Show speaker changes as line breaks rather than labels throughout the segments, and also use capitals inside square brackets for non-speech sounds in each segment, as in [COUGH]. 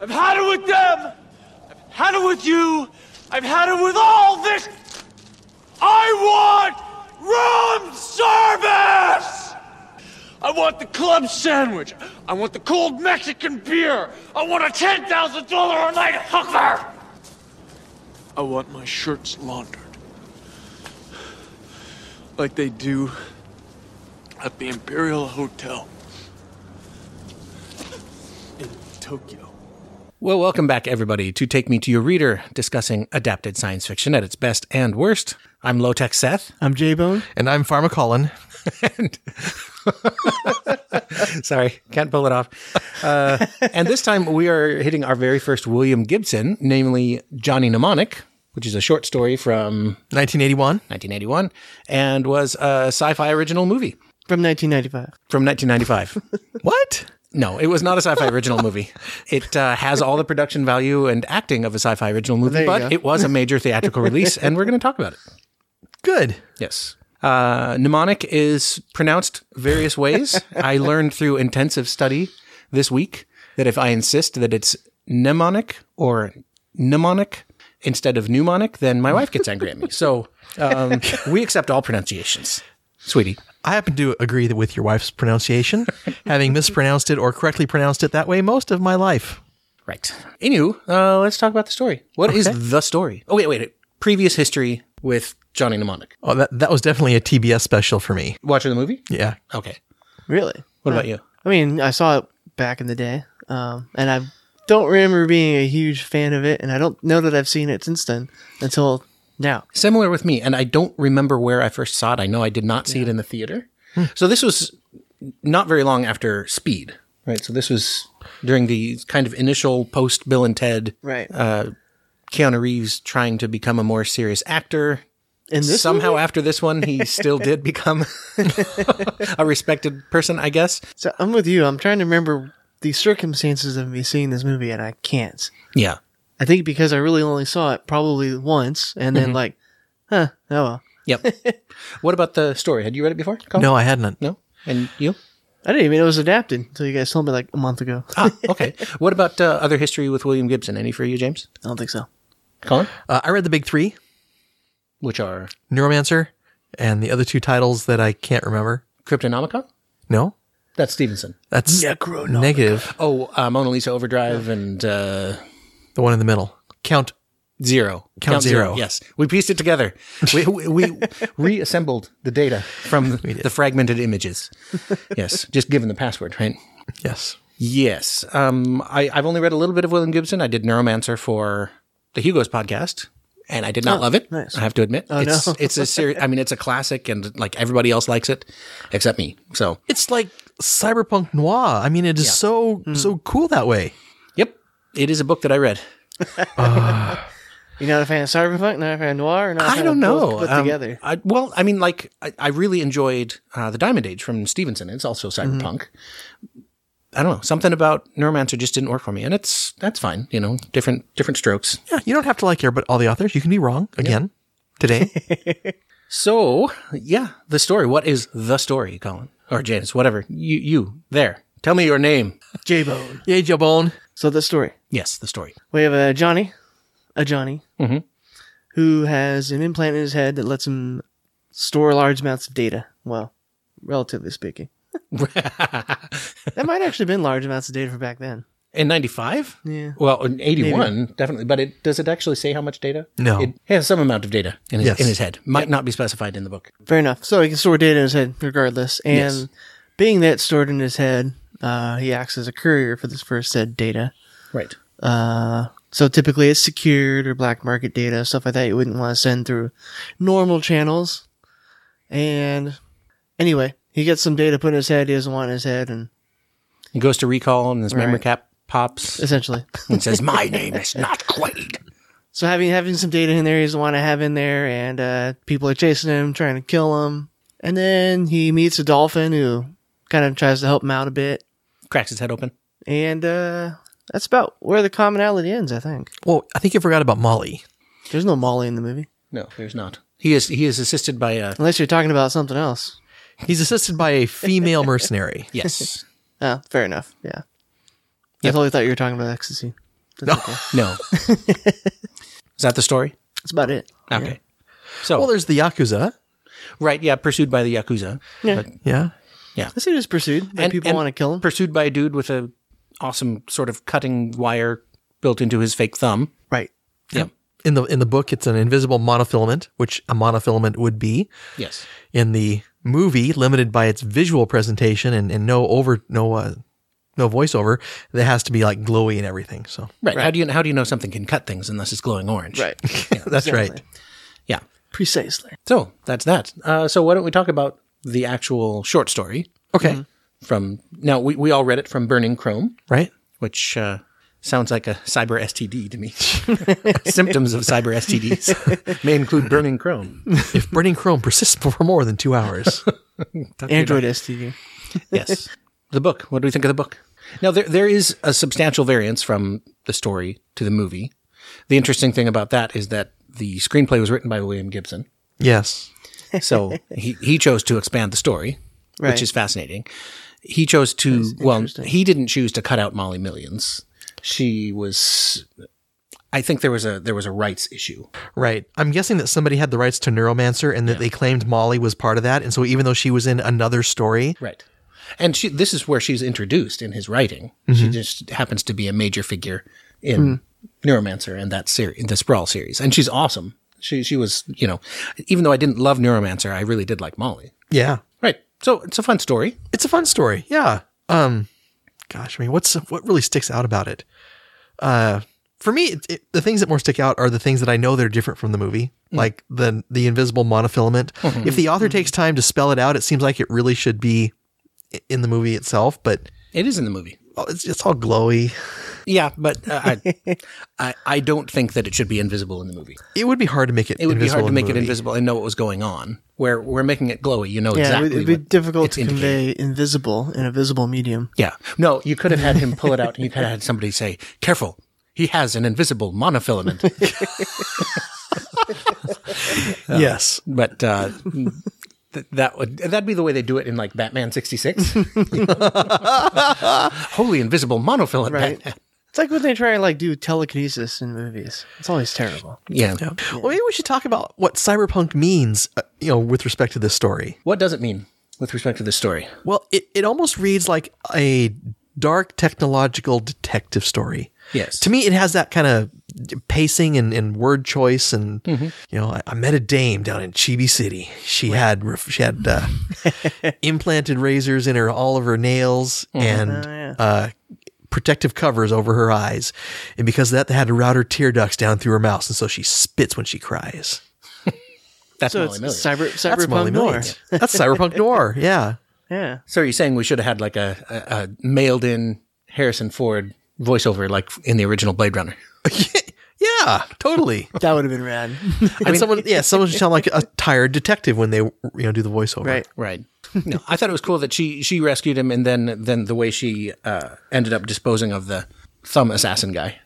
I've had it with them. I've had it with you. I've had it with all this. I want room service. I want the club sandwich. I want the cold Mexican beer. I want a ten thousand dollar a night hooker. I want my shirts laundered, like they do at the Imperial Hotel in Tokyo.
Well, welcome back, everybody, to Take Me to Your Reader, discussing adapted science fiction at its best and worst. I'm Low Tech Seth. [LAUGHS]
I'm J Bone.
And I'm Pharmacolin.
and sorry, can't pull it off. Uh, and this time we are hitting our very first William Gibson, namely Johnny Mnemonic, which is a short story from
1981.
1981 and was a sci-fi original movie
From 1995.
from
[LAUGHS]
1995.
What?
no, it was not a sci-fi original movie. It uh, has all the production value and acting of a sci-fi original movie,
there you
but
go.
it was a major theatrical release, and we're going to talk about it.
Good.
Yes. Uh, mnemonic is pronounced various [LAUGHS] ways. I learned through intensive study this week that if I insist that it's mnemonic or mnemonic instead of mnemonic, then my wife gets angry at me. So um, [LAUGHS] we accept all pronunciations, sweetie.
I happen to agree that with your wife's pronunciation, having mispronounced it or correctly pronounced it that way most of my life.
Right. Anywho, uh, let's talk about the story. What is the story? Oh, wait, wait. Previous history with Johnny Mnemonic.
Oh, that, that was definitely a TBS special for me.
Watching the movie?
Yeah.
Okay.
Really?
What about you?
Uh, I mean, I saw it back in the day, um, and I don't remember being a huge fan of it, and I don't know that I've seen it since then until now.
similar with me and i don't remember where i first saw it i know i did not see it in the theater
Hmm.
so this was not very long after speed right so this was during the kind of initial post bill and ted
Right.
Uh, keanu reeves trying to become a more serious actor
and this
somehow after this one he still did
[LAUGHS]
become a respected person i guess
so I'm with you. I'm trying to remember the circumstances of me seeing this movie, and I can't.
yeah
I think because I really only saw it probably once, and then
Mm-hmm.
like, huh, oh well.
yep
[LAUGHS]
what about the story had you read it before Colin?
No, I hadn't.
no and you
I didn't even know it was adapted until you guys told me like a month ago. I
ah
[LAUGHS]
okay what about uh, other history with william gibson any for you james
don't think so.
colin
Uh, I read the big three
which are
Neuromancer and the other two titles that I can't remember.
Cryptonomicon?
No?
That's Stevenson.
That's negative.
Oh, uh, Mona Lisa Overdrive and uh,
The one in the middle. Count.
Zero.
Count Zero.
Yes. We pieced it together. We, we, we [LAUGHS] reassembled the data from the fragmented images. [LAUGHS] Yes. Just given the password, right?
Yes.
Yes. Um, I, I've only read a little bit of William Gibson. I did Neuromancer for the Hugo's podcast. And I did not love it.
nice.
I have to admit,
Oh,
it's
no.
it's a series. I mean, it's a classic, and like everybody else likes it, except me. So,
It's like cyberpunk noir. I mean, it is so, so cool that way.
yep, it is a book that I read.
You're not a fan of cyberpunk, not a fan of noir, or not a fan
I don't
of both
know.
Put
Um,
together,
I, well, I mean, like I, I really enjoyed uh, the Diamond Age from Stevenson. It's also
Mm-hmm.
cyberpunk. I don't know. Something about Neuromancer just didn't work for me, and it's that's fine. You know, different different strokes.
Yeah, you don't have to like your, but all the authors. You can be wrong again today.
So yeah, the story. What is the story, Colin or James? Whatever you you there. Tell me your name.
J Bone.
Yay, Jabone.
So the story.
Yes, the story.
We have a Johnny, a Johnny, who has an implant in his head that lets him store large amounts of data. Well, relatively speaking, [LAUGHS] that might actually been large amounts of data for back then.
In ninety five.
Yeah.
Well, in eighty one, definitely. But it does it actually say how much data?
No.
It has some amount of data in his
Yes.
in his head. Might not be specified in the book.
Fair enough. So he can store data in his head, regardless. And
Yes.
being that it's stored in his head, uh, he acts as a courier for this first said data.
Right.
Uh, so typically it's secured or black market data, stuff like that you wouldn't want to send through normal channels. And anyway, he gets some data put in his head he doesn't want in his head, and
He goes to recall, and his memory
Right.
cap pops.
essentially. [LAUGHS]
and says, "My name is not Quaid."
so having having some data in there he doesn't want to have in there, and uh, people are chasing him, trying to kill him. And then he meets a dolphin who kind of tries to help him out a bit.
Cracks his head open.
And uh, that's about where the commonality ends, I think.
Well, I think you forgot about Molly.
There's no Molly in the movie.
No, there's not. He is he is assisted by a
Unless you're talking about something else.
He's assisted by a female mercenary.
yes.
Oh, fair enough. Yeah. I totally thought you were talking about ecstasy. That's okay.
No. Is that the story?
That's
[LAUGHS]
about it.
Okay. So,
Well, there's the Yakuza.
right, yeah, pursued by the Yakuza.
Yeah.
But-
Yeah.
I see just pursued. but people want to kill him.
Pursued by a dude with a awesome sort of cutting wire built into his fake thumb.
right.
Yep.
In the in the book, it's an invisible monofilament, which a monofilament would be.
Yes.
In the movie, limited by its visual presentation and, and no over no uh, no voiceover, that has to be like glowy and everything. So
Right. How do you how do you know something can cut things unless it's glowing orange? [LAUGHS]
that's right.
Yeah.
[LAUGHS] Precisely.
So that's that. Uh, so why don't we talk about the actual short story
Okay.
from now? We we all read it from Burning Chrome,
Right.
which uh, sounds like a cyber STD to me. Symptoms of cyber STDs may include burning chrome.
if burning chrome persists [LAUGHS] for more than two hours,
Android STD.
Yes. The book. What do we think of the book? Now there there is a substantial variance from the story to the movie. The interesting thing about that is that the screenplay was written by William Gibson.
yes,
So he, he chose to expand the story,
Right.
which is fascinating. He chose to, well, he didn't choose to cut out Molly Millions. She was, I think there was a, there was a rights issue.
right. I'm guessing that somebody had the rights to Neuromancer and that they claimed Molly was part of that, and so even though she was in another story,
Right. And she, this is where she's introduced in his writing. She just happens to be a major figure in Neuromancer and that series, the Sprawl series. And she's awesome. She, she was, you know, even though I didn't love Neuromancer, I really did like Molly.
yeah,
Right. So it's a fun story.
it's a fun story. Yeah. Um, gosh, I mean, what's what really sticks out about it? Uh, for me, it, it, the things that more stick out are the things that I know that are different from the movie,
Hmm.
like the the invisible monofilament. If the author takes time to spell it out, it seems like it really should be i- in the movie itself, but
It is in the movie.
oh, it's, it's all glowy.
Yeah, but uh, I, I I don't think that it should be invisible in the movie.
It would be hard to make it.
It would be hard to
in the
make it
movie.
invisible and know what was going on. Where we're making it glowy, you know
Yeah,
exactly.
it would it'd
what
be difficult
it's
to
indicating.
convey invisible in a visible medium.
[LAUGHS] Yeah, no, you could have had him pull it out, and you could have had somebody say, "Careful, he has an invisible monofilament."
Yes.
But uh, th- that would that'd be the way they do it in like Batman sixty six. [LAUGHS] Holy invisible monofilament.
Right.
Batman.
It's like when they try to like do telekinesis in movies. It's always terrible.
Yeah.
Well, maybe we should talk about what cyberpunk means, uh, you know, with respect to this story.
What does it mean with respect to this story?
Well, it, it almost reads like a dark technological detective story.
Yes.
To me, it has that kind of pacing and, and word choice, and you know, I, I met a dame down in Chibi City. She had ref- she had uh, implanted razors in her all of her nails and uh, protective covers over her eyes, and because of that, they had to route her tear ducts down through her mouth, and so she spits when she cries.
That's
So
Molly Millions.
it's cyber
That's Molly
cyberpunk noir.
Millions. That's cyberpunk noir. Yeah.
[LAUGHS]
Yeah.
So you're saying we should have had like a, a, a mailed in Harrison Ford voiceover like in the original Blade Runner.
Yeah, totally.
That would have
[LAUGHS]
been rad.
and someone, yeah, someone should sound like a tired detective when they, you know, do the voiceover.
right.
[LAUGHS] Right. No, I thought it was cool that she she rescued him and then then the way she uh, ended up disposing of the thumb assassin guy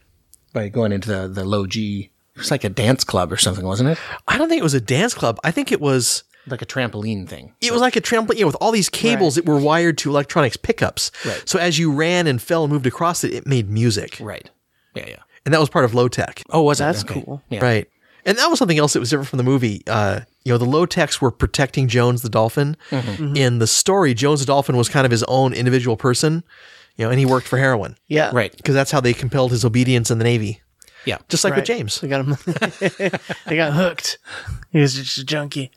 by going into the the low G. It was like a dance club or something, wasn't it?
I don't think it was a dance club. I think it was,
Like a trampoline thing.
it was like a trampoline you know, with all these cables that were wired to electronics pickups.
Right.
So as you ran and fell and moved across it, it made music,
Right. Yeah, yeah.
and that was part of low tech.
Oh, was
That's
it? Okay.
cool.
Yeah.
Right. And that was something else that was different from the movie. Uh, you know, the low techs were protecting Jones the dolphin.
Mm-hmm.
In the story, Jones the dolphin was kind of his own individual person, you know, and he worked for heroin
Yeah.
Right.
because that's how they compelled his obedience in the Navy,
Yeah.
just like
Right.
with James.
They got him. [LAUGHS] they got hooked. He was just a junkie.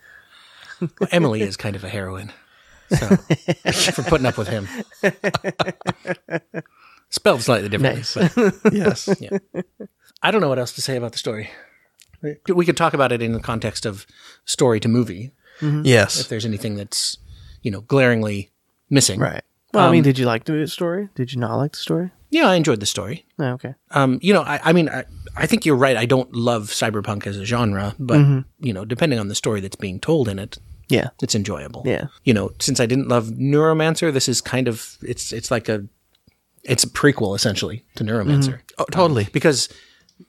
Emily is kind of a heroine. [LAUGHS] So for putting up with [LAUGHS] him. Spelled slightly differently.
Nice.
but-
yes.
I don't know what else to say about the story. We could talk about it in the context of story to movie.
Yes.
If there's anything that's, you know, glaringly missing.
Right. Um, Well, I mean, did you like the story? Did you not like the story?
Yeah, I enjoyed the story.
No, okay.
Um, you know, I, I mean, I, I think you're right. I don't love cyberpunk as a genre, but,
Mm-hmm.
you know, depending on the story that's being told in it,
Yeah.
it's enjoyable.
Yeah.
You know, since I didn't love Neuromancer, this is kind of, it's, it's like a, it's a prequel essentially to Neuromancer.
Mm-hmm.
Oh, totally.
because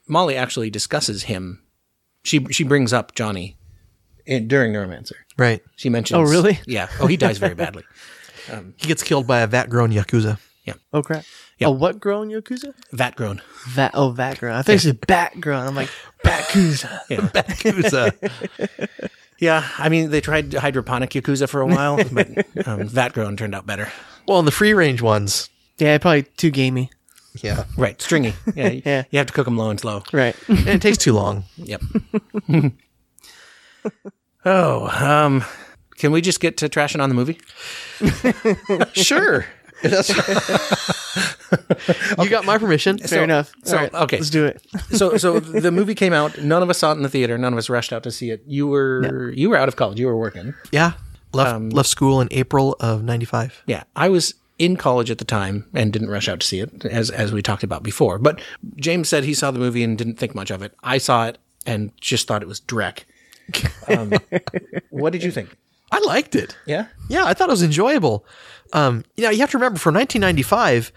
Molly actually discusses him. She she brings up Johnny in, during Neuromancer.
Right.
She mentions. [LAUGHS]
Oh, really?
Yeah. Oh, he dies very badly.
He gets killed by a vat grown yakuza.
Yeah.
Oh crap.
Yeah.
A what grown Yakuza?
Vat grown.
That oh vat grown. I thought you said bat grown. I'm like Bakuza.
[LAUGHS]
[LAUGHS]
Yakuza.
Yeah, I mean they tried hydroponic Yakuza for a
[LAUGHS]
while, but um, vat grown turned out better.
well, and the free range ones.
Yeah, probably too gamey.
Yeah.
Right, stringy. Yeah, you-
Yeah.
you have to cook them low and slow.
[LAUGHS] Right.
And it takes too long.
Yep. [LAUGHS] oh, um, can we just get to trashing on the movie?
[LAUGHS] Sure. you got my permission.
Fair [LAUGHS] enough.
so,
All right,
okay.
Let's do it.
So, so the movie came out. None of us saw it in the theater. None of us rushed out to see it. You were you were out of college. You were working.
Yeah. Left left school in April of 95.
Yeah, I was in college at the time and didn't rush out to see it, as as we talked about before. But James said he saw the movie and didn't think much of it. I saw it and just thought it was dreck. Um, what did you think?
I liked it.
Yeah,
Yeah, I thought it was enjoyable. Um, you know, you have to remember for 1995,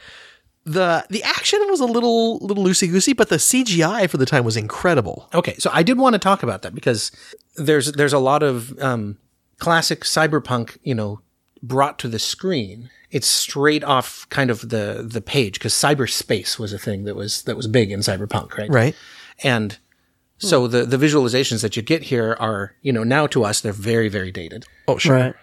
the the action was a little little loosey goosey, but the CGI for the time was incredible.
Okay, so I did want to talk about that because there's there's a lot of um, classic cyberpunk, you know, brought to the screen. It's straight off kind of the the page because cyberspace was a thing that was that was big in cyberpunk, right?
Right.
And so the the visualizations that you get here are, you know, now to us they're very very dated.
Oh, sure.
Right.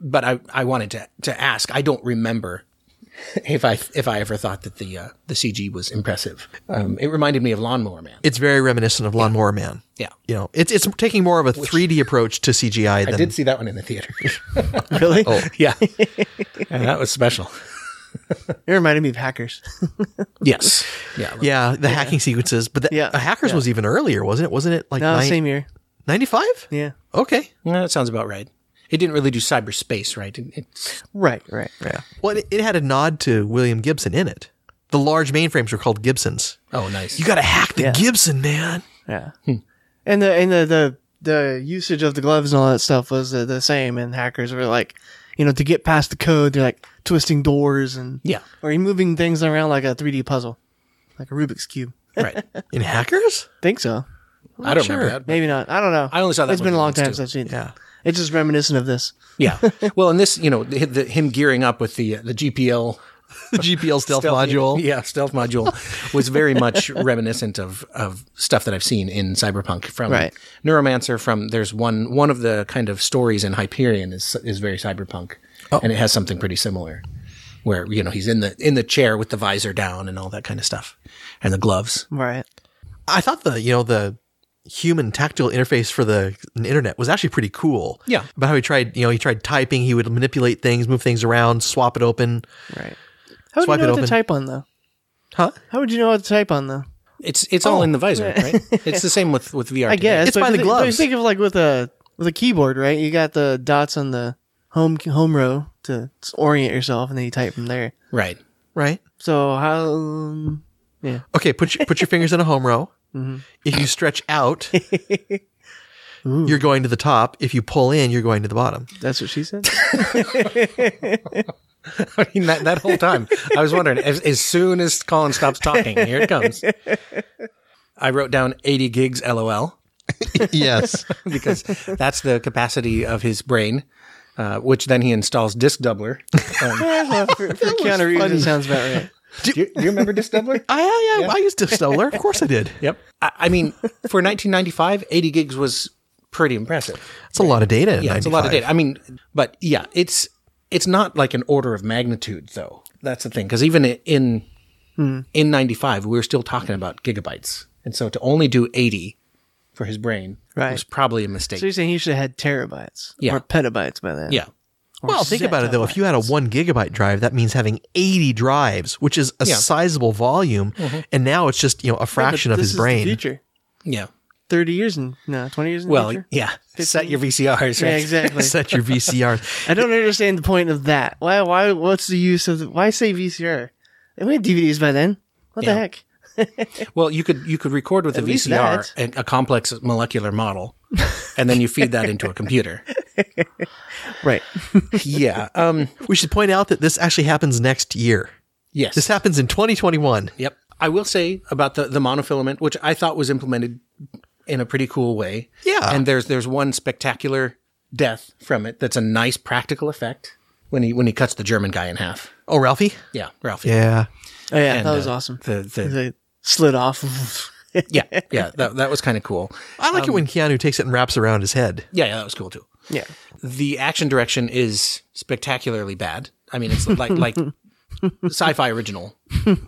But I I wanted to to ask. I don't remember [LAUGHS] if I if I ever thought that the uh, the CG was impressive. Um, it reminded me of Lawnmower Man.
It's very reminiscent of Lawnmower Man.
Yeah.
You know, it's it's taking more of a 3D approach to CGI than
I did see that one in the [LAUGHS] theater.
[LAUGHS] Really? [LAUGHS]
Yeah. and that was special.
It reminded me of [LAUGHS] hackers.
Yes. Yeah.
Yeah, the hacking sequences, but the,
Yeah.
uh, hackers was even earlier, wasn't it? Wasn't it like
No,
nine-
same year.
95?
Yeah.
Okay.
Yeah, that sounds about right. It didn't really do cyberspace, right? It, it's,
Right. Right.
Yeah. Well, it, it had a nod to William Gibson in it. The large mainframes were called Gibsons.
oh, nice.
You got to hack the Gibson, man.
Yeah.
Hmm.
And the and the, the the usage of the gloves and all that stuff was the, the same. And hackers were like, you know, to get past the code, they're like twisting doors and
Yeah.
or you moving things around like a 3D puzzle, like a Rubik's cube.
[LAUGHS] right.
In hackers?
Think so?
I don't
sure.
remember that. but-
Maybe not. I don't know.
I only saw that
It's been a
one
long time
once, too.
since I've seen. it.
Yeah.
It's just reminiscent of this.
Yeah. Well, and this, you know, the, the, him gearing up with the uh, the GPL
The GPL stealth,
stealth-
module.
Yeah, stealth module was very much reminiscent of of stuff that I've seen in cyberpunk from
Right.
Neuromancer. From there's one one of the kind of stories in Hyperion is is very cyberpunk, and it has something pretty similar, where you know he's in the in the chair with the visor down and all that kind of stuff, and the gloves.
Right.
I thought the, you know, the human tactile interface for the internet was actually pretty cool.
Yeah.
About how he tried, you know, he tried typing, he would manipulate things, move things around, swap it open.
Right. How would
Swipe
you
it
know what
open.
to type on though?
Huh?
How would you know what to type on though?
It's it's all in the visor, right? It's the same with with VR.
I
today.
guess
It's by
but
the
th- but
gloves.
Think of like with a with a keyboard, right? You got the dots on the home home row to s- orient yourself, and then you type from there.
right.
Right.
So how? Um,
Okay, put your, put your fingers in a home row.
Mm-hmm.
If you stretch out, you're going to the top. If you pull in, you're going to the bottom.
that's what she said.
I mean that that whole time I was wondering as, as soon as Colin stops talking, here it comes. I wrote down 80 gigs, lol.
Yes.
because that's the capacity of his brain, uh, which then he installs Disk Doubler. Um,
for for Keanu Reeves, it sounds about right.
do, you, do you remember Disk Doubler?
[LAUGHS] I, I, I used to Snowler. Of course I did.
Yep. I, I mean, for 1995, 80 gigs was pretty impressive.
It's a lot of data.
Yeah, it's a lot of data. I mean, but yeah, it's it's not like an order of magnitude though. That's the thing because even i- in
Hmm.
in 95, we were still talking about gigabytes, and so to only do 80 for his brain
Right.
was probably a mistake.
So you're saying he should have had terabytes
Yeah.
or petabytes by then?
yeah.
Well, think about it though. If you had a one gigabyte drive, that means having 80 drives, which is a
Yeah. Mm-hmm.
sizable volume. And now it's just, you know, a fraction of
this
his
is
brain. [LAUGHS]
The future.
Yeah.
Thirty years and no, twenty years. In
Well,
the future?
yeah. Set your VCRs.
yeah,
Right?
[LAUGHS]
exactly.
Set your VCR.
I don't understand the point of that. Why? Why? What's the use of? The, why say VCR? They had DVDs by then. What
Yeah.
the heck?
Well, you could you could record with a
least
VCR a, a complex molecular model, and then you feed that into a
[LAUGHS]
computer.
Right.
yeah. Um.
we should point out that this actually happens next year.
Yes.
This happens in 2021.
Yep. I will say about the the monofilament, which I thought was implemented in a pretty cool way.
Yeah.
And there's there's one spectacular death from it. That's a nice practical effect. when he when he cuts the German guy in half.
Oh, Ralphie?
Yeah, Ralphie.
Yeah.
Oh yeah,
And,
that was
uh,
awesome.
The,
[LAUGHS]
the,
They slid off. [LAUGHS]
yeah, yeah, that, that was kind of cool.
I
Um,
like it when Keanu takes it and wraps around his head.
Yeah, yeah, that was cool too.
yeah.
The action direction is spectacularly bad. I mean, it's like
[LAUGHS]
like sci-fi original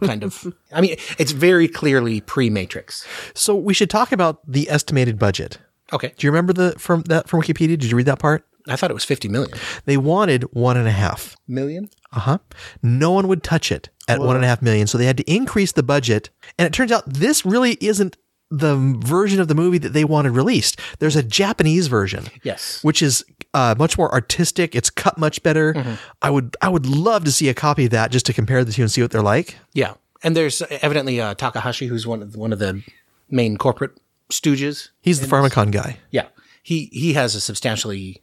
kind of. I mean, it's very clearly pre-Matrix.
So we should talk about the estimated budget.
Okay,
Do you remember the from that from Wikipedia? Did you read that part?
I thought it was fifty million
They wanted one and a half.
million.
Uh huh. No one would touch it at one and a half million. So they had to increase the budget. And it turns out this really isn't the version of the movie that they wanted released. There's a Japanese version.
Yes.
Which is uh, much more artistic. It's cut much better. I would I would love to see a copy of that just to compare the two and see what they're like.
Yeah, and there's evidently uh, Takahashi, who's one of the, one of the main corporate stooges.
He's the Pharmacon guy.
Yeah, he he has a substantially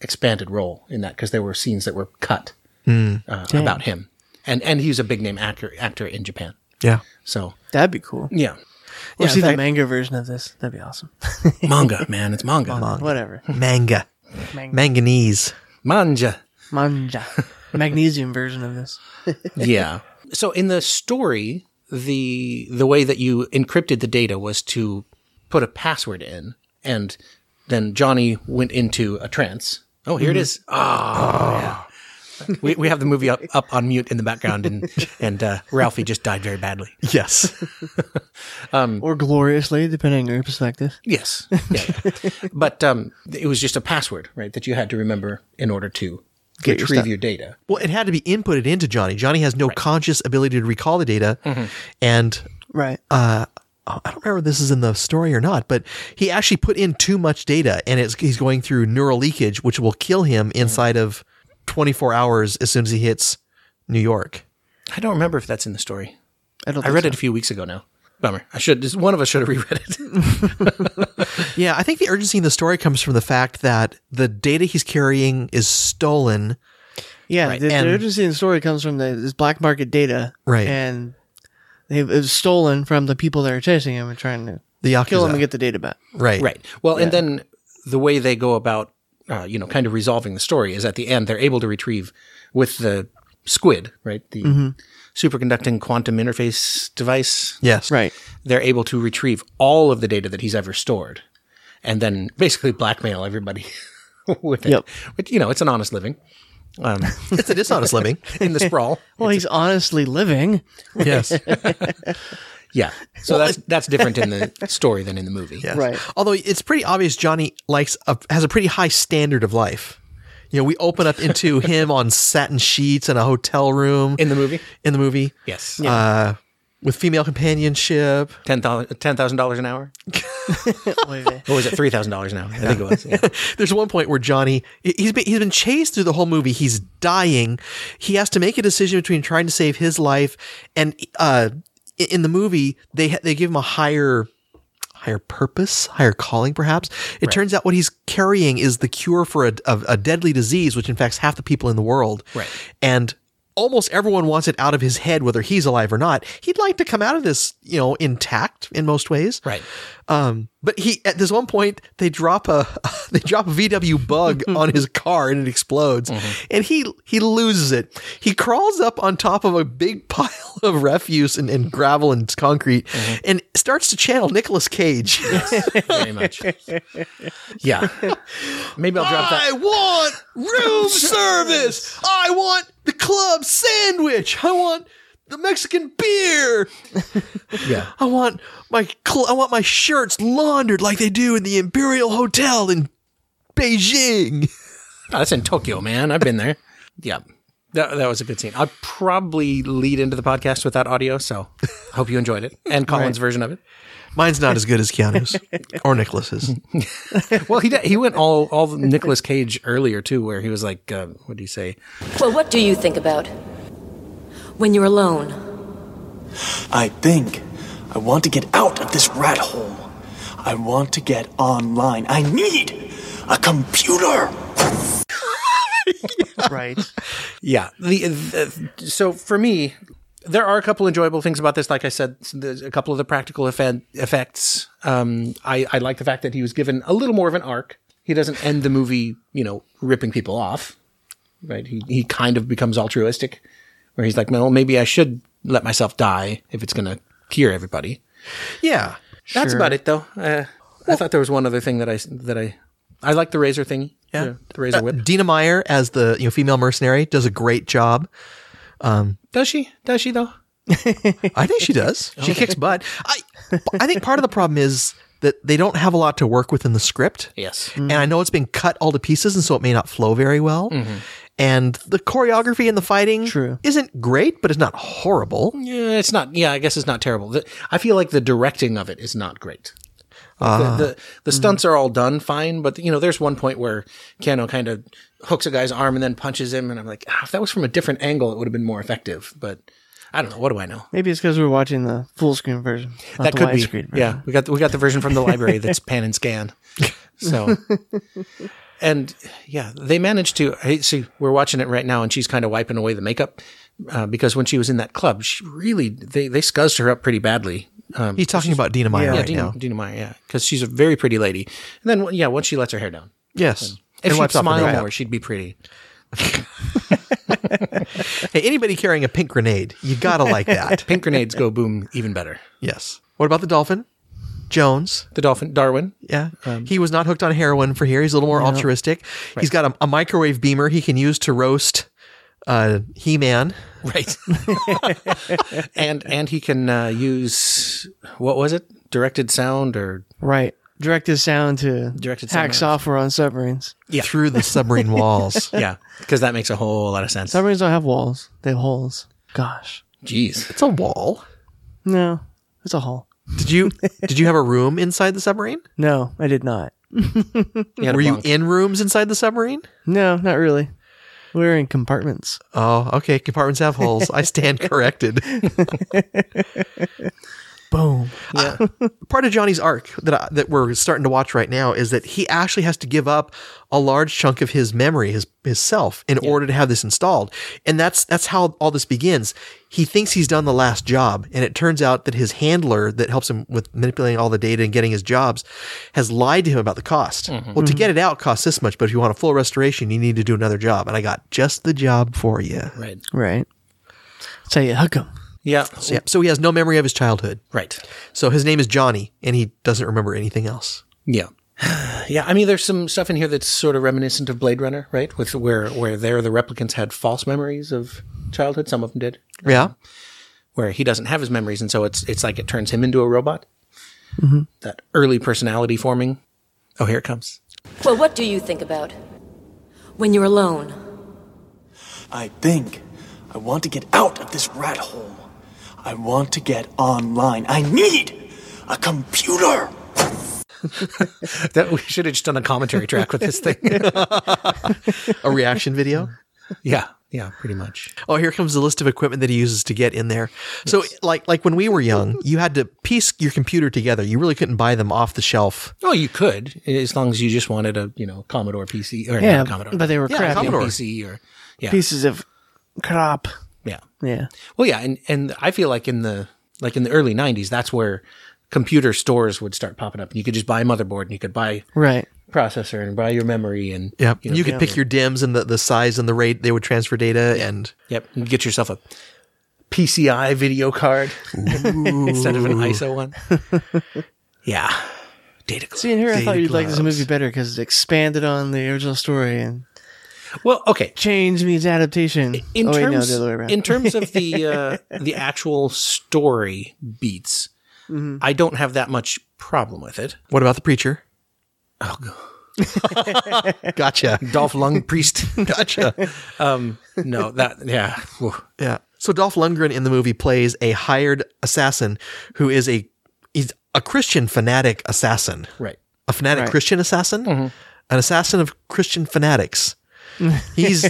expanded role in that because there were scenes that were cut uh, about him, and and he's a big name actor actor in Japan.
Yeah.
So
That'd be cool.
yeah,
Or
Yeah,
see
they-
the manga version of this. That'd be awesome.
manga man, it's manga,
Whatever.
Manga.
Manga.
Manganese.
manja.
Manja. Magnesium version of this.
yeah. So in the story, the the way that you encrypted the data was to put a password in, and then Johnny went into a trance. Oh, here it is. Ah. man. [LAUGHS] We, we have the movie up, up on mute in the background, [LAUGHS] and and uh, Ralphie just died very badly.
Yes.
Or gloriously, depending on your perspective.
Yes, yeah. but um, it was just a password, right? That you had to remember in order to
Get your
retrieve
stuff.
your data.
well, it had to be inputted into Johnny. Johnny has no conscious ability to recall the data.
Mm-hmm.
And
Right.
uh, I don't remember if this is in the story or not, but he actually put in too much data and it's, he's going through neural leakage, which will kill him
Mm-hmm.
inside of 24 hours as soon as he hits New York.
I don't remember if that's in the story.
don't
I
think
read
so.
it a few weeks ago now. Bummer. I should. Just, one of us should have [LAUGHS] reread it.
Yeah, I think the urgency in the story comes from the fact that the data he's carrying is stolen.
Yeah, the, the
and-
urgency in the story comes from the, this black market data,
Right.
And they it was stolen from the people that are chasing him and trying to
The Yakuza.
kill him and get the data back.
right.
Right. Well, and then the way they go about, uh, you know, kind of resolving the story is at the end they're able to retrieve with the squid, right? The superconducting quantum interface device.
Yes.
Right.
They're able to retrieve all of the data that he's ever stored, and then basically blackmail everybody [LAUGHS] with it.
Yep.
But you know, it's an honest living
[LAUGHS]
um,
It's a dishonest
[LAUGHS]
living.
in the sprawl.
Well, he's honestly living. [LAUGHS]
Yes.
Yeah. So that's that's different in the story than in the movie.
Yes.
Right.
Although it's pretty obvious Johnny likes a, has a pretty high standard of life. You know, we open
[LAUGHS]
up into him on satin sheets in a hotel room
In the movie.
in the movie.
Yes.
Uh, with female companionship.
Ten thousand dollars an hour. Or was it three thousand dollars an hour? I think it was. Yeah.
There's one point where Johnny he's been he's been chased through the whole movie. He's dying. He has to make a decision between trying to save his life and uh, i- in the movie they ha- they give him a higher higher purpose, higher calling perhaps. It turns out what he's carrying is the cure for a, a, a deadly disease which infects half the people in the world.
Right.
And almost everyone wants it out of his head whether he's alive or not. He'd like to come out of this, you know, intact in most ways.
Right.
Um, but he at this one point they drop a [LAUGHS] they drop a
[LAUGHS]
VW bug on his car and it explodes,
Mm-hmm.
and he he loses it. He crawls up on top of a big [LAUGHS] pile of refuse and, and gravel and concrete,
Mm-hmm.
and starts to channel
[LAUGHS]
Nicolas Cage. [LAUGHS]
very much. Yeah. Maybe I'll drop
I
that.
want
[LAUGHS]
room service. I want the club sandwich. I want the Mexican beer.
Yeah.
I want my cl- I want my shirts laundered like they do in the Imperial Hotel in Beijing.
Oh, that's in Tokyo, man. I've been there. Yeah. That, that was a good scene. I'll probably lead into the podcast with that audio, so hope you enjoyed it and Colin's version of it.
Mine's not as good
[LAUGHS]
as Keanu's or Nicholas's.
Well, he did- he went all all Nicolas Cage earlier too, where he was like, uh, "What do you say?"
Well, what do you think about when you're alone?
I think I want to get out of this rat hole. I want to get online. I need a computer.
right.
Yeah. The, the, so for me, there are a couple enjoyable things about this. Like I said, there's a couple of the practical effe- effects. Um, I, I like the fact that he was given a little more of an arc. He doesn't end the movie, you know, ripping people off. right? He he kind of becomes altruistic, where he's like, well, maybe I should let myself die if it's going to cure everybody.
Yeah.
That's about it, though. Uh, I thought there was one other thing that I s- that I I like the razor thing.
Yeah.
the, the razor
Uh,
whip.
Dina Meyer as the you know female mercenary does a great job.
Does she? Does she though?
I think
[LAUGHS]
she does. She kicks butt. I I think part of the problem is that they don't have a lot to work with in the script.
Yes.
And I know it's been cut all to pieces, and so it may not flow very well.
Mm-hmm.
And the choreography and the fighting
True.
isn't great, but it's not horrible.
Yeah, Eh, it's not. Yeah, I guess it's not terrible. The, I feel like the directing of it is not great. Like, the, the the stunts are all done fine, but you know, there's one point where Kano kind of hooks a guy's arm and then punches him, and I'm like, ah, if that was from a different angle, it would have been more effective. But I don't know. What do I know?
Maybe it's because we're watching the full screen version. Not
that
the
could be.
widescreen version.
Yeah, we got the, we got the version from the library
[LAUGHS]
that's pan and scan. So, and yeah, they managed to. I see, we're watching it right now, and she's kind of wiping away the makeup uh, because when she was in that club, she really they they scuzzed her up pretty badly. Um,
He's talking about Dina Meyer
Yeah,
right
Dina,
now.
Dina Meyer, yeah, because she's a very pretty lady. And then yeah, once she lets her hair down,
Yes.
if
And
she'd
wipes off the
smile
makeup.
more, she'd be pretty.
Hey, anybody carrying a pink grenade, you gotta
[LAUGHS]
like that.
Pink grenades go boom even better.
Yes. What about the dolphin? Jones.
The dolphin Darwin,
Yeah.
Um,
he was not hooked on heroin for here. He's a little more altruistic. He's got a, a microwave beamer he can use to roast uh, He Man.
Right. and and he can uh, use what was it? Directed sound or
Right. Directed sound to
Directed sound
hack
maps.
software on submarines.
through the submarine
[LAUGHS]
walls.
yeah, because that makes a whole lot of sense.
Submarines don't have walls. They have holes. Gosh.
Jeez.
It's a wall.
No. It's a hole.
Did you did you have a room inside the submarine?
No, I did not.
had a
Were you
bunk.
in rooms inside the submarine?
No, not really. We were in compartments.
Oh, okay. Compartments have holes. I stand [LAUGHS] corrected.
Boom.
Part of Johnny's arc that I, that we're starting to watch right now is that he actually has to give up a large chunk of his memory, his his self, in order to have this installed. And that's that's how all this begins. He thinks he's done the last job, and it turns out that his handler that helps him with manipulating all the data and getting his jobs has lied to him about the cost. Well, to get it out costs this much, but if you want a full restoration, you need to do another job. And I got just the job for you.
Right.
Right. So you hook 'em.
Yeah.
So, yeah, so he has no memory of his childhood.
Right.
So his name is Johnny, and he doesn't remember anything else.
Yeah. [SIGHS] Yeah, I mean, there's some stuff in here that's sort of reminiscent of Blade Runner, right? With where where there the replicants had false memories of childhood. Some of them did,
Yeah,
where he doesn't have his memories, and so it's it's like it turns him into a robot.
Mm-hmm.
That early personality forming. Oh, here it comes.
Well, what do you think about? When you're alone,
I think I want to get out of this rat hole. I want to get online. I need a computer.
[LAUGHS] That we should have just done a commentary track with this [LAUGHS] thing.
a
[LAUGHS]
reaction video.
Yeah, yeah, pretty much.
Oh, here comes the list of equipment that he uses to get in there. So, like like when we were young, you had to piece your computer together. You really couldn't buy them off the shelf.
Oh, you could as long as you just wanted a you know Commodore PC or
Yeah,
not Commodore,
but they were
yeah,
crappy.
Commodore PC or yeah,
Pieces of crap.
yeah.
Yeah.
Well, yeah, and and I feel like in the like in the early '90s, that's where computer stores would start popping up, and you could just buy a motherboard, and you could buy
Right.
processor, and buy your memory, and
Yeah,
you
you,
know,
could
get-
pick your DIMs and the, the size and the rate they would transfer data. And
yep, and get yourself a PCI video card [LAUGHS] instead of an ISO one. [LAUGHS] yeah, data.
See, in here, I thought
Data
you'd like this
gloves.
movie better because it expanded on the original story and
Well, okay.
change means adaptation.
in
oh, wait, no,
terms
the other way around.
in terms of
[LAUGHS]
the uh, the actual story beats,
Mm-hmm.
I don't have that much problem with it.
what about the preacher? Oh, [LAUGHS] gotcha,
Dolph Lung Priest,
[LAUGHS] gotcha.
Um, no, that yeah, Whew.
Yeah. So Dolph Lundgren in the movie plays a hired assassin who is a he's a Christian fanatic assassin,
right, Mm-hmm.
a fanatic Christian assassin, an assassin of Christian fanatics.
[LAUGHS]
He's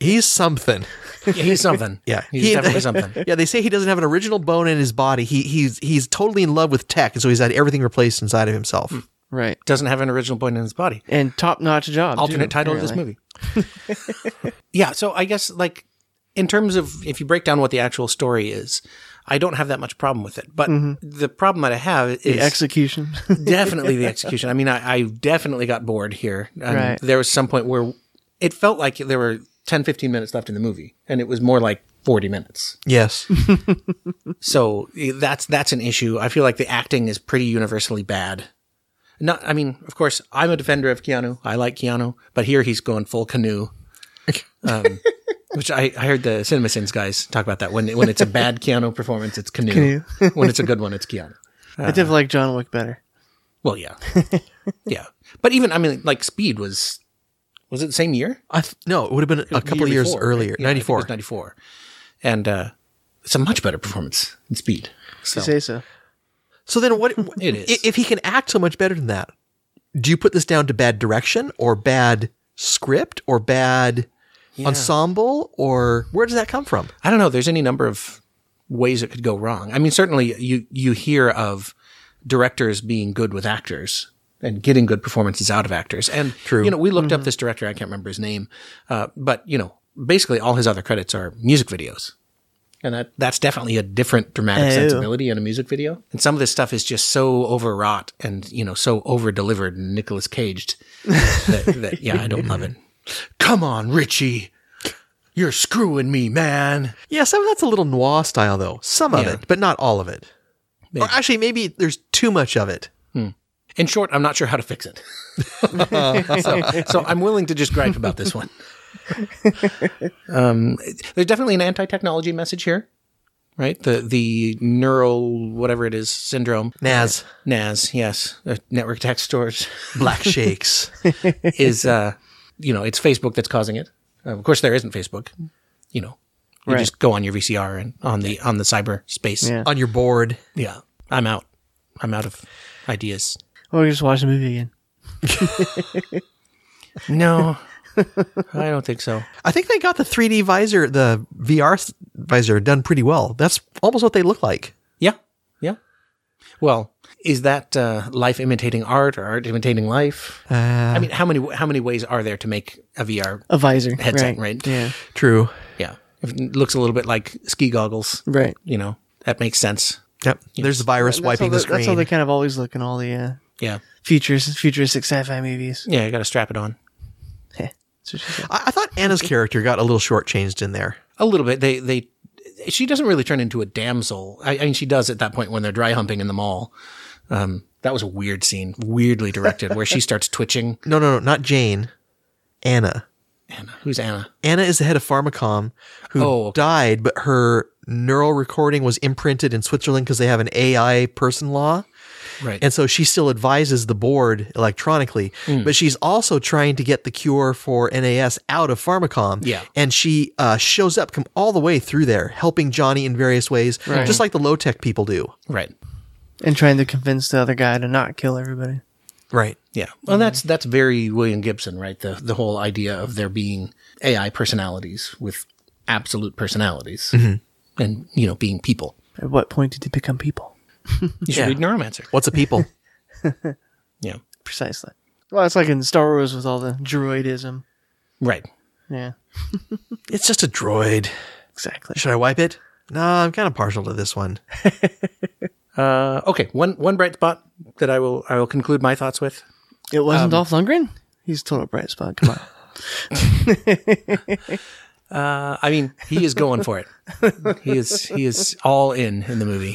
he's something.
yeah, he's something.
Yeah,
he's
He-
definitely something.
Yeah, they say he doesn't have an original bone in his body. He he's he's totally in love with tech, and so he's had everything replaced inside of himself.
Mm.
right.
Doesn't have an original point in his body.
And top notch job. too,
Alternate title of this
apparently.
movie. [LAUGHS] yeah, so I guess like in terms of if you break down what the actual story is, I don't have that much problem with it. But the problem that I have is
Mm-hmm. The [LAUGHS] execution.
definitely the execution. I mean, I, I definitely got bored here. Um,
Right.
There was some point where it felt like there were 10, 15 minutes left in the movie, and it was more like 40 minutes. [LAUGHS]
Yes.
So eh, that's that's an issue. I feel like the acting is pretty universally bad. Not, I mean, of course, I'm a defender of Keanu. I like Keanu, but here he's going full
[LAUGHS]
canoe. Um, which I, I heard the CinemaSins guys talk about that. When when it's a bad Keanu performance, it's canoe. [LAUGHS] when it's a good one, it's Keanu.
I
Ah.
definitely like John Wick better.
Well,
[LAUGHS]
yeah, yeah. But even I mean, like Speed was was it the same year?
I th- no, it would have been a couple
Year
years
before, right?
earlier.
Yeah, I think
Ninety
it
four.
was 94. And uh, it's a much better performance in Speed. So
To say so.
So then, what?
[LAUGHS] It is.
i- If he can act so much better than that, do you put this down to bad direction or bad script or bad ensemble or where does that come from?
I don't know. There's any number of ways it could go wrong. I mean, certainly you you hear of directors being good with actors and getting good performances out of actors. And
True.
you know, we looked up this director. I can't remember his name, uh, but you know, basically all his other credits are music videos. And that, that's definitely a different dramatic
Ew.
sensibility in a music video. And some of this stuff is just so overwrought and, you know, so over delivered and Nicolas Caged that, that, yeah, I don't love it. Come on, Richie. You're screwing me, man.
Yeah, some of that's a little noir style though. Some of
Yeah.
it, but not all of it. Or actually, maybe there's too much of it.
In short, I'm not sure how to fix it. [LAUGHS] so, so I'm willing to just gripe about this one. [LAUGHS] Um, there's definitely an anti-technology message here, right? The the neural whatever it is syndrome.
Naz,
NAS, yes, uh, network attack
[LAUGHS]
stores
[LAUGHS] black shakes.
is uh, you know, it's Facebook that's causing it. Uh, of course, there isn't Facebook. You know, you
Right.
just go on your VCR and on the on the cyberspace.
Yeah.
on your board.
yeah. I'm out. I'm out of ideas.
Or we just watch the movie again. [LAUGHS]
No, I don't think so.
I think they got the 3D visor, the VR s- visor done pretty well. That's almost what they look like.
Yeah. Yeah. Well, is that uh, life imitating art or art imitating life? I mean, how many how many ways are there to make a VR?
A visor.
Headset,
right.
right.
Yeah.
True.
Yeah. If it looks a little bit like ski goggles,
Right.
you know, that makes sense.
Yep. There's the virus
That's
wiping
how
the
they-
screen.
That's how they kind of always look in all the uh,
Yeah.
futures, futuristic sci-fi movies.
Yeah, you got to strap it on.
Heh. That's what she said.
I, I thought Anna's character got a little shortchanged in there.
A little bit. They they she doesn't really turn into a damsel. I, I mean, she does at that point when they're dry humping in the mall. Um, that was a weird scene, weirdly directed, where she starts twitching.
No, no, no, not Jane. Anna.
Anna, who's Anna?
Anna is the head of Pharmacom who
Oh, okay.
died, but her neural recording was imprinted in Switzerland because they have an AI person law.
Right.
And so she still advises the board electronically,
Hmm.
but she's also trying to get the cure for NAS out of Pharmacom.
Yeah.
And she uh, shows up come all the way through there, helping Johnny in various ways, just like the low tech people do.
right.
And trying to convince the other guy to not kill everybody.
Right.
Yeah. Well, that's that's very William Gibson, right? The the whole idea of there being AI personalities with absolute personalities and, you know, being people.
At what point did they become people?
You should read Neuromancer.
What's a people?
Yeah.
Precisely. Well, it's like in Star Wars with all the droidism.
Right.
Yeah.
it's just a droid.
Exactly.
Should I wipe it? No, I'm kind of partial to this one.
Uh, okay, one one bright spot that I will I will conclude my thoughts with.
It wasn't Dolph Lundgren. Um, He's a total bright spot. Come on.
Uh, I mean, he is going for it. he is he is all in in the movie.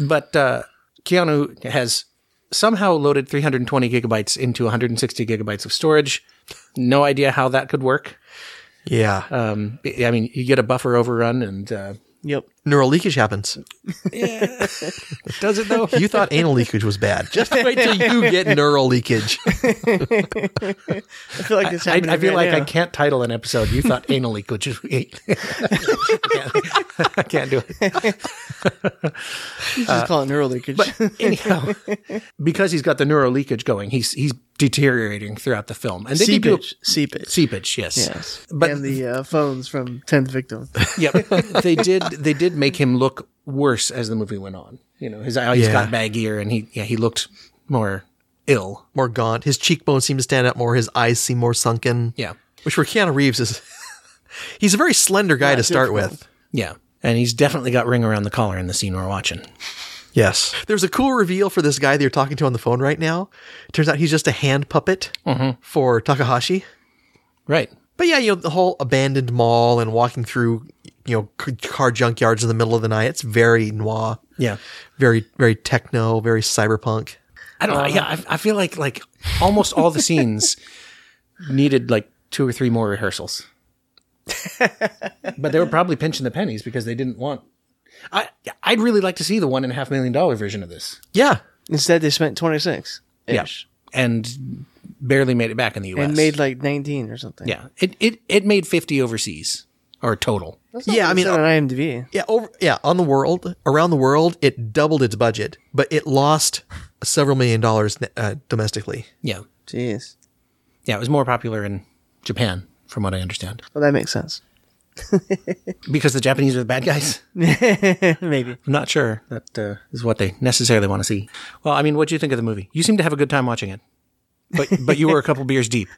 But uh, Keanu has somehow loaded 320 gigabytes into 160 gigabytes of storage. No idea how that could work.
Yeah.
Um, I I mean, you get a buffer overrun, and uh,
yep.
Neural leakage happens.
does it [LAUGHS] though?
You thought anal leakage was bad. Just wait till you get neural leakage.
I feel like this
I,
happened.
I feel like I
can't.
can't title an episode. You thought anal leakage was eight. I, can't, [LAUGHS] I can't do it.
Just call it neural leakage.
Anyhow, because he's got the neural leakage going, he's he's deteriorating throughout the film, and they did do a-
[LAUGHS] seepage. Seepage.
seepage. Yes,
Yes.
But-
and the uh, phones from 10th victim.
yep. They did they did make him look worse as the movie went on. You know, his eyes
Yeah.
got baggier, and he yeah he looked more ill.
[LAUGHS] More gaunt. His cheekbones seem to stand out more. His eyes seem more sunken.
Yeah,
Which for Keanu Reeves is [LAUGHS] he's a very slender guy to start with.
yeah, and he's definitely got ring around the collar in the scene we're watching.
Yes. There's a cool reveal for this guy that you're talking to on the Mm-hmm. phone right now. Turns out he's just a hand puppet for Takahashi.
Right.
But yeah, you know, the whole abandoned mall and walking through, you know, c- car junkyards in the middle of the night, it's very noir.
Yeah.
Very, very techno, very cyberpunk.
I don't know.
Uh-huh.
Yeah, I, I feel like like almost all the
[LAUGHS]
scenes needed like two or three more rehearsals. but they were probably pinching the pennies because they didn't want. I I'd really like to see the one and a half million dollar version of this.
Yeah.
Instead, they spent 26 ish
Yeah, and barely made it back in the U.S.
and made like 19 or something.
yeah, it it it made fifty overseas or total.
Yeah. I mean,
It's on IMDb.
Yeah, over yeah, on the world, around the world, it doubled its budget, but it lost several million dollars uh, domestically.
Yeah,
Jeez.
yeah, it was more popular in Japan, from what I understand,
Well, that makes sense.
because the Japanese are the bad guys.
[LAUGHS] Maybe.
I'm not sure that uh, is what they necessarily want to see. Well, I mean, what do you think of the movie? You seem to have a good time watching it, but but you were a couple beers
[LAUGHS]
deep.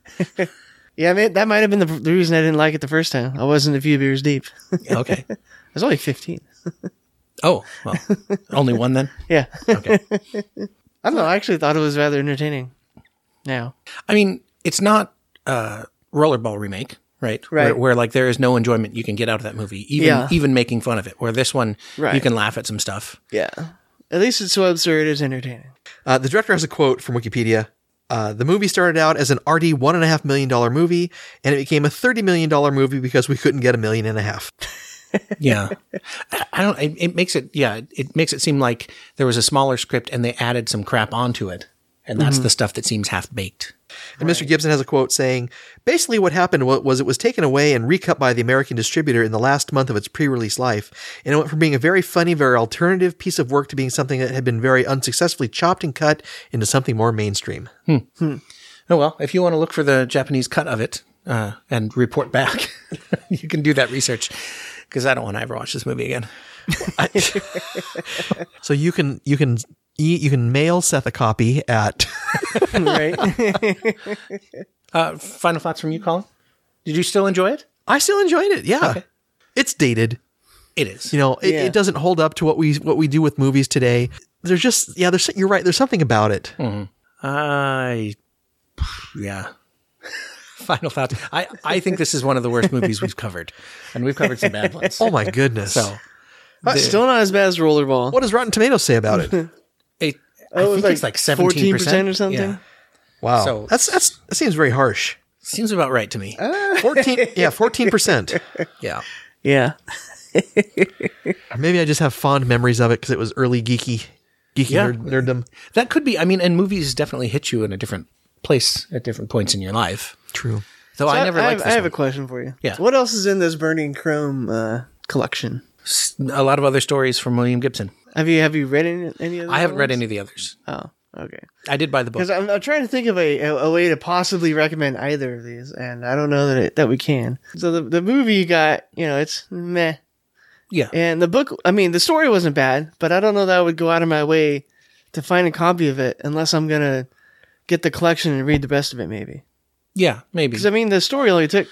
Yeah, I mean, that might have been the, the reason I didn't like it the first time. I wasn't a few beers deep. [LAUGHS] I
Okay.
was only 15.
Oh well, only one then.
Yeah. [LAUGHS]
Okay.
I don't know. I actually thought it was rather entertaining. Now.
I mean, it's not a rollerball remake, right?
Right.
Where, where like there is no enjoyment you can get out of that movie, even
Yeah.
even making fun of it. Where this one, you
Right.
can laugh at some stuff.
Yeah. At least it's so absurd
[LAUGHS]
it's entertaining.
Uh, the director has a quote from Wikipedia. Uh, the movie started out as an arty one and a half million dollar movie, and it became a thirty million dollar movie because we couldn't get a million and a half.
Yeah, I- I don't. It, it makes it. Yeah, it makes it seem like there was a smaller script and they added some crap onto it, and that's the stuff that seems half baked.
And Mr. Gibson has a quote saying, "Basically, what happened wa- was it was taken away and recut by the American distributor in the last month of its pre-release life, and it went from being a very funny, very alternative piece of work to being something that had been very unsuccessfully chopped and cut into something more mainstream."
Oh well, if you want to look for the Japanese cut of it uh, and report back, [LAUGHS] you can do that research because I don't want to ever watch this movie again.
So you can you can e- you can mail Seth a copy at [LAUGHS]
Right? [LAUGHS]
Uh, [LAUGHS] final thoughts from you, Colin? Did you still enjoy it?
I still enjoyed it. Yeah. It's dated.
It is.
You know, it,
Yeah.
it doesn't hold up to what we what we do with movies today. There's just yeah, there's you're right, there's something about it.
Hmm. I, yeah. [LAUGHS] Final thoughts. I, I think this is one of the worst movies we've covered, and we've covered some bad [LAUGHS] ones.
Oh my goodness.
So
Still not as bad as Rollerball.
what does Rotten Tomatoes say
[LAUGHS]
about it?
Oh, it, I
That was
think it's like seventeen percent
14% or something?
Yeah.
Wow.
So-
that's that's that seems very harsh.
Seems about right to me.
Ah.
[LAUGHS]
14 yeah, 14%.
yeah.
Yeah.
Maybe I just have fond memories of it cuz it was early geeky geeky
Yeah.
nerd, nerddom.
That could be. I mean, and movies definitely hit you in a different place at different points in your life.
True.
Though Oh, I, never
I,
liked
have,
this
I have
one.
a question for you.
Yeah.
What else is in this Burning Chrome uh, collection?
a lot of other stories from William Gibson.
Have you have you read any, any of them?
I haven't read any of the others.
Oh, okay.
I did buy the book.
Because I'm, I'm trying to think of a, a, a way to possibly recommend either of these, and I don't know that it, that we can. So the the movie you got, you know, it's meh,
yeah.
and the book. I mean, the story wasn't bad, but I don't know that I would go out of my way to find a copy of it unless I'm gonna get the collection and read the rest of it, maybe.
Yeah, maybe.
Because I mean, the story only took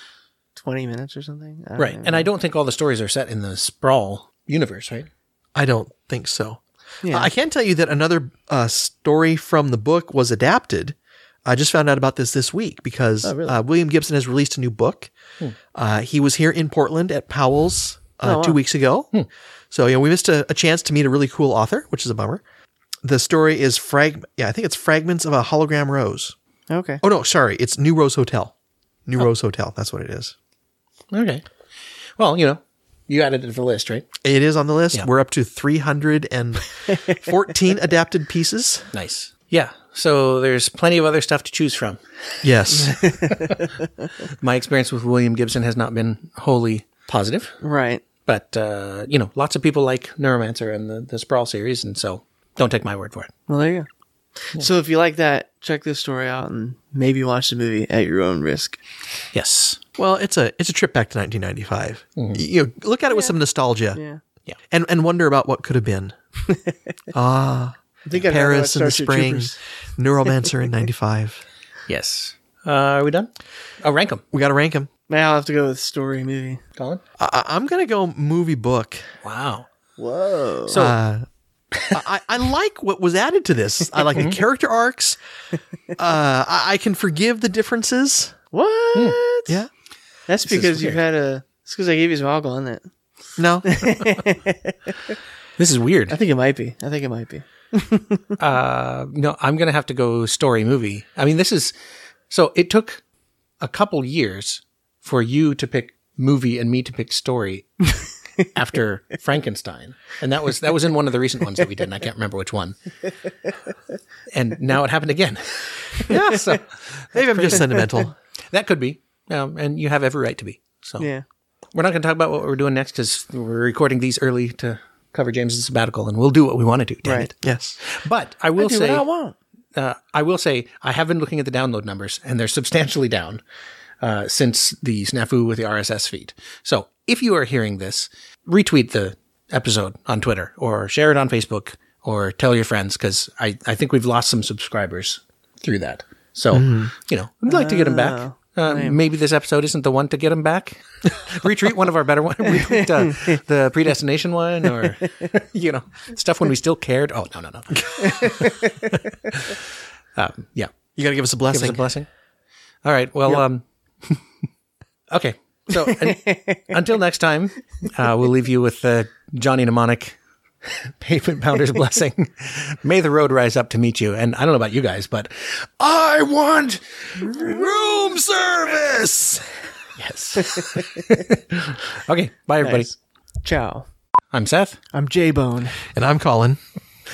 twenty minutes or something. Uh, I don't
Right.
know.
And I don't think all the stories are set in the sprawl universe, right?
I don't think so.
Yeah.
Uh, I can tell you that another uh, story from the book was adapted. I just found out about this this week because uh, William Gibson has released a new book. Uh, he was here in Portland at Powell's uh, two weeks ago. So, you know, we missed a, a chance to meet a really cool author, which is a bummer. The story is frag. Yeah, I think it's fragments of a hologram rose.
Okay.
Oh no, sorry, it's New Rose Hotel. New Rose Hotel. That's what it is.
Okay. Well, you know, you added it to the list, right?
It is on the list. We're up to three hundred and fourteen adapted pieces.
Nice. Yeah. So there's plenty of other stuff to choose from.
Yes. [LAUGHS]
My experience with William Gibson has not been wholly positive,
Right.
but, uh, you know, lots of people like Neuromancer and the, the Sprawl series. And so don't take my word for it.
Well, there you go. So if you like that, check this story out and maybe watch the movie at your own risk.
Yes.
Well, it's a it's a trip back to 1995. Y- You know, look at it with some nostalgia,
Yeah.
and and wonder about what could have been.
I think I'd rather
Paris
watch
in the
Starship
spring,
Troopers.
Neuromancer [LAUGHS] in '95.
Yes. Uh, are we done? Oh, rank them,
We got to rank them.
Now I'll have to go with story movie.
Colin.
I, I'm gonna go movie book. Uh,
Wow.
Whoa.
So
I, I like what was added to this. I like the character arcs. Uh, I, I can forgive the differences.
What?
Yeah.
That's
is
because you've
weird.
had a. It's because I gave you some alcohol in it.
No,
This is weird.
I think it might be. I think it might be.
no, I'm going to have to go story movie. I mean, this is so it took a couple years for you to pick movie and me to pick [LAUGHS] story after Frankenstein. And that was that was in one of the recent ones that we did, and I can't remember which one. And now it happened [LAUGHS] again. yeah, so
maybe I'm just sentimental.
that could be. Um, and you have every right to be. So
Yeah.
we're not going to talk about what we're doing next because we're recording these early to cover James's sabbatical, and we'll do what we want to do. Damn
Right.
it.
Yes,
But I will
Do
say,
what I want.
uh, I will say I have been looking at the download numbers, and they're substantially down uh, since the snafu with the RSS feed. So if you are hearing this, retweet the episode on Twitter or share it on Facebook or tell your friends because I, I think we've lost some subscribers through that. So,
Mm-hmm.
you know, we'd like to get them
Oh,
back. Uh, maybe this episode isn't the one to get them back. [LAUGHS] retweet one [LAUGHS] of our better ones. Retweet uh, the predestination one or, [LAUGHS] you know, stuff when we still cared. Oh, no, no, no. um, yeah.
you got to give us a blessing.
Give us a blessing. All right. Well, um, [LAUGHS] okay. So un- until next time, uh, we'll leave you with uh, Johnny Mnemonic [LAUGHS] Pavement Pounder's blessing. May the road rise up to meet you. And I don't know about you guys, but I want room
[LAUGHS]
service. Yes. okay. Bye, everybody.
Nice. Ciao.
I'm Seth.
I'm J Bone.
and I'm Colin.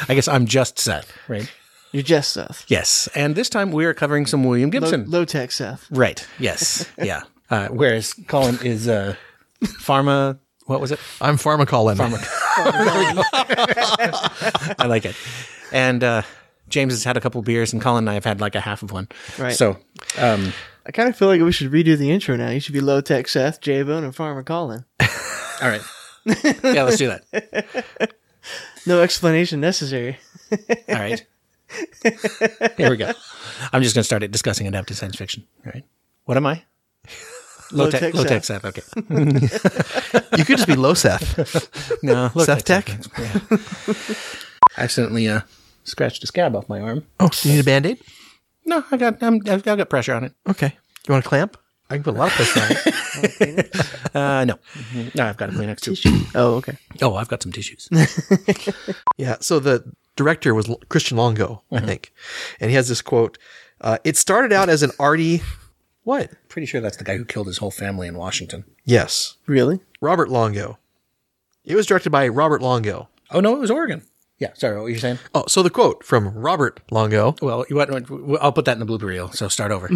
I guess I'm just Seth, right?
You're just Seth.
Yes. And this time we are covering some William
Low,
Gibson.
low tech Seth.
Right. [LAUGHS] Yes. Yeah. Uh, whereas Colin is uh, pharma. What was it?
I'm Pharmacolin.
I like it. And uh, James has had a couple beers, and Colin and I have had like a half of one.
Right.
So
I kind of feel like we should redo the intro now. You should be low tech Seth, J Bone, and Farmer Colin.
all right. [LAUGHS] yeah, let's do that.
No explanation necessary.
All right. Here we go. I'm just going to start it discussing adapted science fiction. All right. What am I? Low tech.
Low-tech
Low tech Seth. Okay.
you could just be low [LAUGHS] Seth.
No.
Seth Tech.
Accidentally uh, scratched a scab off my arm.
Oh, you need a band aid?
No, I got. I'm, I've got pressure on it.
Okay. You want a clamp? I can put a lot of pressure on it.
Uh, no. No, I've got a Kleenex too.
Oh, okay.
Oh, I've got some tissues.
[LAUGHS] Yeah. So the director was L- Christian Longo, I think, and he has this quote. Uh, it started out as an arty. [LAUGHS] What?
Pretty sure that's the guy who killed his whole family in Washington.
Yes,
Really?
Robert Longo. It was directed by Robert Longo.
Oh no, it was Oregon. Yeah, sorry, what were you saying?
Oh, so the quote from Robert Longo.
Well, you what, what- I'll put that in the blooper reel. So start over.